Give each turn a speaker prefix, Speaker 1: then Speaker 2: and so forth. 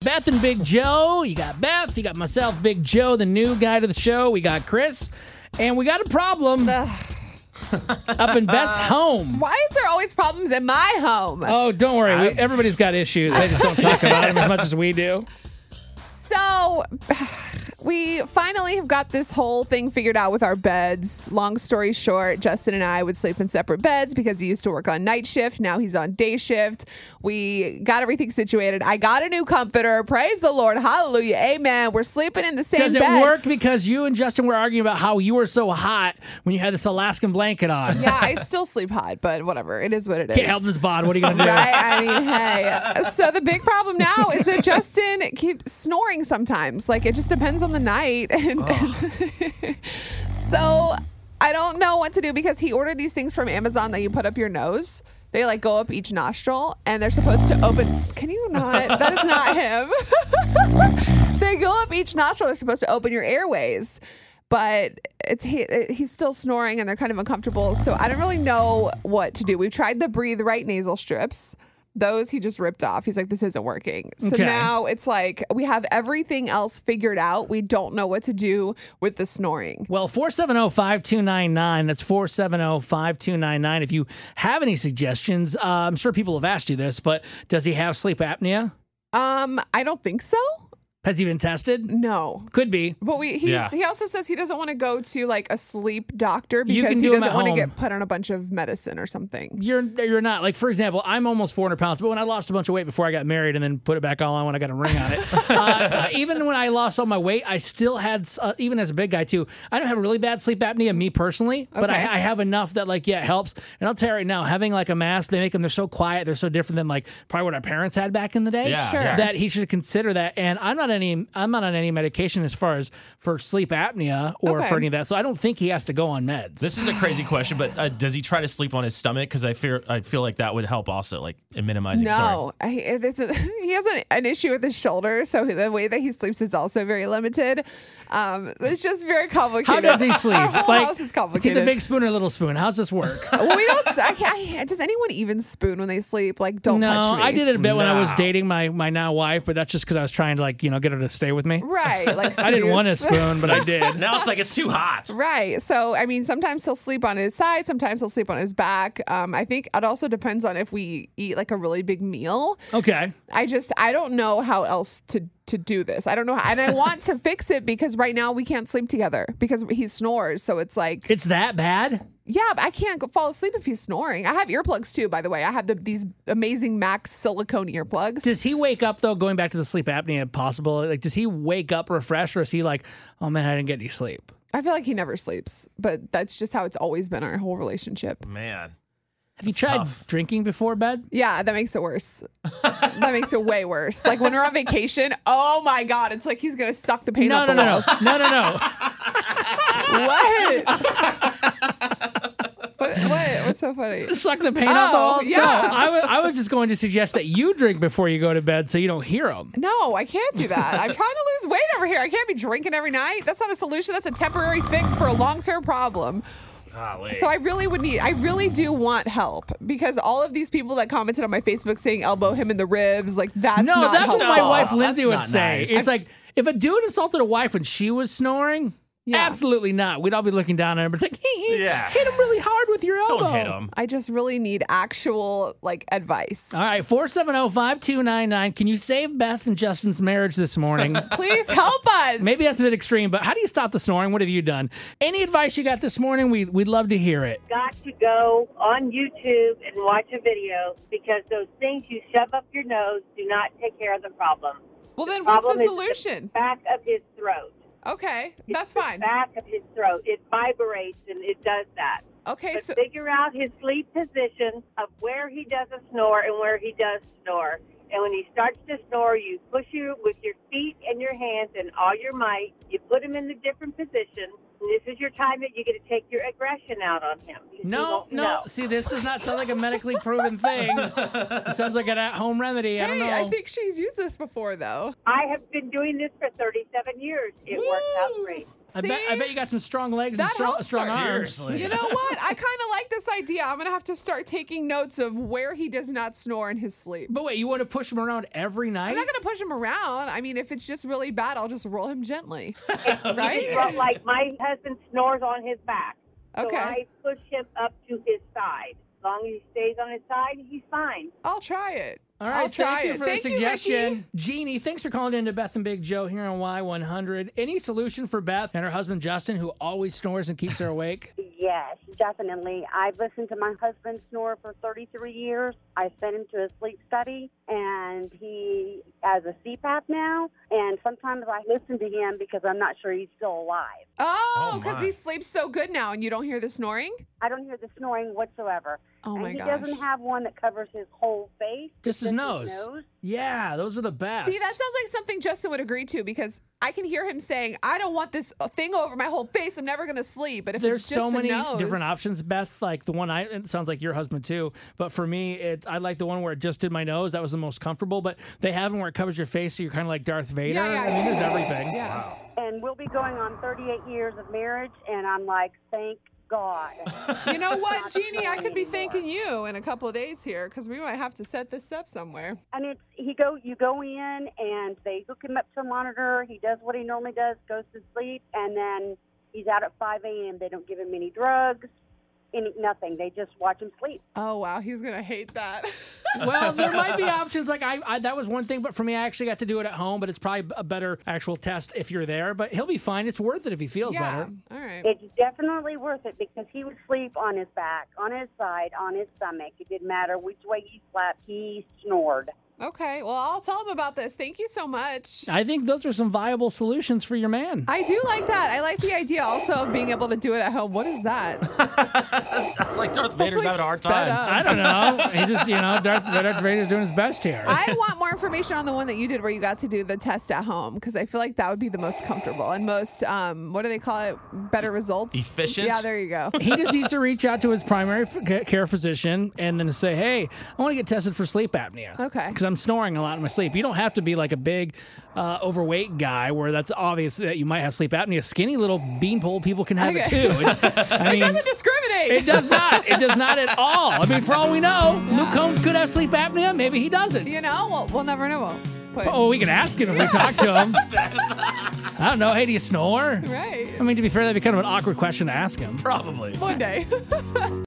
Speaker 1: Beth and Big Joe. You got Beth, you got myself, Big Joe, the new guy to the show. We got Chris, and we got a problem up in Beth's home.
Speaker 2: Why is there always problems in my home?
Speaker 1: Oh, don't worry. We, everybody's got issues. They just don't talk about them as much as we do.
Speaker 2: So, we finally have got this whole thing figured out with our beds. Long story short, Justin and I would sleep in separate beds because he used to work on night shift. Now he's on day shift. We got everything situated. I got a new comforter. Praise the Lord. Hallelujah. Amen. We're sleeping in the same
Speaker 1: Does it
Speaker 2: bed.
Speaker 1: work because you and Justin were arguing about how you were so hot when you had this Alaskan blanket on?
Speaker 2: Yeah, I still sleep hot, but whatever. It is what it is.
Speaker 1: Can't help this bod. What are you going to do?
Speaker 2: Right? I mean, hey. So the big problem now is that Justin keeps snoring sometimes. Like it just depends on the night. And, so I don't know what to do because he ordered these things from Amazon that you put up your nose. They like go up each nostril and they're supposed to open. Can you not? That is not him. they go up each nostril. They're supposed to open your airways. But it's he, he's still snoring and they're kind of uncomfortable. So I don't really know what to do. We've tried the breathe right nasal strips. Those he just ripped off. He's like, this isn't working. So
Speaker 1: Okay.
Speaker 2: now it's like we have everything else figured out. We don't know what to do with the snoring.
Speaker 1: Well, 470 5299. That's 470 5299. If you have any suggestions, uh, I'm sure people have asked you this, but does he have sleep apnea?
Speaker 2: Um, I don't think so.
Speaker 1: Has he been tested?
Speaker 2: No.
Speaker 1: Could be.
Speaker 2: But we he's,
Speaker 3: Yeah.
Speaker 2: he also says he doesn't want to go to like a sleep doctor
Speaker 1: You can
Speaker 2: because he
Speaker 1: do 'em
Speaker 2: doesn't
Speaker 1: at
Speaker 2: want to
Speaker 1: home.
Speaker 2: get put on a bunch of medicine or something.
Speaker 1: You're you're not like for example, I'm almost 400 pounds, but when I lost a bunch of weight before I got married and then put it back all on when I got a ring on it, uh, uh, even when I lost all my weight, I still had uh, even as a big guy too. I don't have really bad sleep apnea, me personally, but I,
Speaker 2: Okay.
Speaker 1: I have enough that like yeah it helps. And I'll tell you right now, having like a mask, they make them they're so quiet, they're so different than like probably what our parents had back in the day.
Speaker 3: Yeah, Sure. yeah.
Speaker 1: that he should consider that. And I'm not any I'm not on any medication as far as for sleep apnea or
Speaker 2: Okay.
Speaker 1: for any of that, so I don't think he has to go on meds.
Speaker 3: This is a crazy question, but uh, does he try to sleep on his stomach? Because I fear I feel like that would help also, like in minimizing. snoring.
Speaker 2: No, I, eh, this is, he has an, an issue with his shoulder, so the way that he sleeps is also very limited. Um, it's just very
Speaker 1: How
Speaker 2: complicated.
Speaker 1: does he sleep?
Speaker 2: Our whole
Speaker 1: Like,
Speaker 2: house
Speaker 1: Is
Speaker 2: is
Speaker 1: he the
Speaker 2: complicated.
Speaker 1: big spoon or little spoon? How's this work?
Speaker 2: well, we don't. I can't, I- does anyone even spoon when they sleep? Like, don't
Speaker 1: no,
Speaker 2: touch me.
Speaker 1: I did it a bit when I was
Speaker 3: No.
Speaker 1: dating my my now wife, but that's just because I was trying to like you know get her to stay with me.
Speaker 2: Right. Like,
Speaker 1: I didn't want a
Speaker 2: seduce.
Speaker 1: spoon, but I did.
Speaker 3: Now it's like it's too hot.
Speaker 2: Right. So, I mean, sometimes he'll sleep on his side, sometimes he'll sleep on his back. Um, I think it also depends on if we eat like a really big meal.
Speaker 1: Okay,
Speaker 2: I just, I don't know how else to to do this. I don't know. How, and I want to fix it because right now we can't sleep together because he snores. So it's like,
Speaker 1: it's that bad.
Speaker 2: yeah, but I can't go fall asleep if he's snoring. I have earplugs too, by the way. I have the, these amazing Max silicone earplugs.
Speaker 1: Does he wake up though? Going back to the sleep apnea, possible. Like, does he wake up refreshed, or is he like, oh man, I didn't get any sleep?
Speaker 2: I feel like he never sleeps, but that's just how it's always been our whole relationship.
Speaker 3: Man.
Speaker 1: Have you tried
Speaker 3: tough.
Speaker 1: drinking before bed?
Speaker 2: Yeah, that makes it worse. that makes it way worse. Like when we're on vacation, oh my god, it's like he's gonna suck the paint
Speaker 1: No,
Speaker 2: off
Speaker 1: no, no,
Speaker 2: the
Speaker 1: no,
Speaker 2: walls.
Speaker 1: no, no, no.
Speaker 2: What? what? What? What's so funny?
Speaker 1: Suck the paint off the
Speaker 2: Oh,
Speaker 1: wall. No,
Speaker 2: yeah.
Speaker 1: I wa- I was just going to suggest that you drink before you go to bed so you don't hear them.
Speaker 2: No, I can't do that. I'm trying to lose weight over here. I can't be drinking every night. That's not a solution. That's a temporary fix for a long-term problem.
Speaker 3: Golly.
Speaker 2: So I really would need, I really do want help because all of these people that commented on my Facebook saying elbow him in the ribs, like that's
Speaker 1: no,
Speaker 2: not
Speaker 1: that's what my
Speaker 2: helpful.
Speaker 1: wife
Speaker 3: No,
Speaker 1: Lindsay
Speaker 3: Oh, that's
Speaker 1: would
Speaker 3: not
Speaker 1: say.
Speaker 3: nice.
Speaker 1: It's like if a dude insulted a wife when she was snoring,
Speaker 2: Yeah.
Speaker 1: absolutely not. We'd all be looking down at her, but it's like, hee hee,
Speaker 3: Yeah.
Speaker 1: hit him really hard with your elbow.
Speaker 3: Don't hit him.
Speaker 2: I just really need actual like advice.
Speaker 1: All right, 470 5299. Can you save Beth and Justin's marriage this morning?
Speaker 2: Please help us.
Speaker 1: Maybe that's a bit extreme, but how do you stop the snoring? What have you done? Any advice you got this morning? We, we'd love to hear it.
Speaker 4: got to go on YouTube and watch a video because those things you shove up your nose do not take care of the problem.
Speaker 2: Well, then what's the
Speaker 4: problem is
Speaker 2: solution?
Speaker 4: Back of his throat.
Speaker 2: Okay,
Speaker 4: It's
Speaker 2: that's
Speaker 4: the
Speaker 2: fine.
Speaker 4: Back of his throat. It vibrates and it does that.
Speaker 2: Okay,
Speaker 4: But
Speaker 2: so
Speaker 4: figure out his sleep position of where he doesn't snore and where he does snore. And when he starts to snore, you push you with your feet and your hands and all your might. You put him in a different position This is your time that you get to take your aggression out on him. He
Speaker 1: No,
Speaker 4: won't
Speaker 1: no.
Speaker 4: know.
Speaker 1: See, this does not sound like a medically proven thing. it sounds like an at-home remedy. I don't
Speaker 2: Hey,
Speaker 1: know.
Speaker 2: I think she's used this before, though.
Speaker 4: I have been doing this for 37 years. It works out great.
Speaker 1: I bet, I
Speaker 2: See?
Speaker 1: bet you got some strong legs and
Speaker 2: That
Speaker 1: strong,
Speaker 2: helps
Speaker 1: strong
Speaker 2: her.
Speaker 1: arms.
Speaker 3: Seriously.
Speaker 2: You know what? I kind of like this idea. I'm gonna have to start taking notes of where he does not snore in his sleep.
Speaker 1: But wait, you want to push him around every night?
Speaker 2: I'm not gonna push him around. I mean, if it's just really bad, I'll just roll him gently,
Speaker 4: But
Speaker 2: right?
Speaker 4: like my husband snores on his back. So
Speaker 2: Okay.
Speaker 4: I push him up to his side. As long as he stays on his side, he's fine.
Speaker 2: I'll try it.
Speaker 1: All right,
Speaker 2: I'll try
Speaker 1: thank you
Speaker 2: it.
Speaker 1: for
Speaker 2: Thank
Speaker 1: the
Speaker 2: you,
Speaker 1: suggestion.
Speaker 2: Ricky.
Speaker 1: Jeannie, thanks for calling in to Beth and Big Joe here on Y100. Any solution for Beth and her husband Justin, who always snores and keeps her awake?
Speaker 5: Yes, definitely. I've listened to my husband snore for 33 years. I sent him to a sleep study, and he has a CPAP now. And sometimes I listen to him because I'm not sure he's still alive.
Speaker 2: Oh,
Speaker 3: Oh,
Speaker 2: because
Speaker 3: my.
Speaker 2: he sleeps so good now, and you don't hear the snoring.
Speaker 5: I don't hear the snoring whatsoever.
Speaker 2: Oh
Speaker 5: and
Speaker 2: my
Speaker 5: he
Speaker 2: gosh.
Speaker 5: doesn't have one that covers his whole face.
Speaker 1: Just his nose. Yeah, those are the best.
Speaker 2: See, that sounds like something Justin would agree to because I can hear him saying, "I don't want this thing over my whole face. I'm never going to sleep." But if
Speaker 1: There's
Speaker 2: it's just
Speaker 1: so
Speaker 2: the
Speaker 1: many
Speaker 2: nose,
Speaker 1: different options, Beth. Like the one I it sounds like your husband too, but for me, it I like the one where it just did my nose. That was the most comfortable. But they have them where it covers your face, so you're kind of like Darth Vader.
Speaker 2: Yeah, yeah,
Speaker 1: I mean,
Speaker 2: yeah.
Speaker 1: there's everything.
Speaker 2: Yeah.
Speaker 5: And we'll be going on 38 years of marriage, and I'm like, thank God.
Speaker 2: You know what, Jeannie? I could be thanking you in a couple of days here because we might have to set this up somewhere.
Speaker 5: and it's he go you go in and they hook him up to a monitor. He does what he normally does, goes to sleep, and then he's out at 5 a.m. They don't give him any drugs, any nothing. They just watch him sleep.
Speaker 2: Oh wow, he's gonna hate that.
Speaker 1: well, there might be options. Like I, I, that was one thing, but for me, I actually got to do it at home. But it's probably a better actual test if you're there. But he'll be fine. It's worth it if he feels
Speaker 2: yeah.
Speaker 1: better.
Speaker 2: All right.
Speaker 5: It's definitely worth it because he would sleep on his back, on his side, on his stomach. It didn't matter which way he slept. He snored.
Speaker 2: Okay. Well, I'll tell him about this. Thank you so much.
Speaker 1: I think those are some viable solutions for your man.
Speaker 2: I do like that. I like the idea also of being able to do it at home. What is that?
Speaker 3: Sounds like Darth Vader's
Speaker 2: like
Speaker 3: having a hard
Speaker 2: sped
Speaker 3: time.
Speaker 2: up.
Speaker 1: I don't know. he just, you know, Darth, Darth Vader's doing his best here.
Speaker 2: I want more information on the one that you did where you got to do the test at home because I feel like that would be the most comfortable and most, um, what do they call it? Better results?
Speaker 3: Efficient?
Speaker 2: Yeah, there you go.
Speaker 1: he just needs to reach out to his primary f- ca- care physician and then say, "Hey, I want to get tested for sleep apnea."
Speaker 2: Okay.
Speaker 1: Because I'm snoring a lot in my sleep. You don't have to be like a big, uh, overweight guy where that's obvious that you might have sleep apnea. Skinny little beanpole people can have
Speaker 2: Okay.
Speaker 1: it too. It, I mean,
Speaker 2: Doesn't discriminate.
Speaker 1: it does not. It does not at all. I mean, for all we know, Luke Combs could have sleep apnea. Maybe he doesn't.
Speaker 2: You know, we'll, we'll never know. But,
Speaker 1: Oh, we can ask him if we talk to him. I don't know. Hey, do you snore?
Speaker 2: right.
Speaker 1: I mean, to be fair, that'd be kind of an awkward question to ask him.
Speaker 3: Probably.
Speaker 2: One day.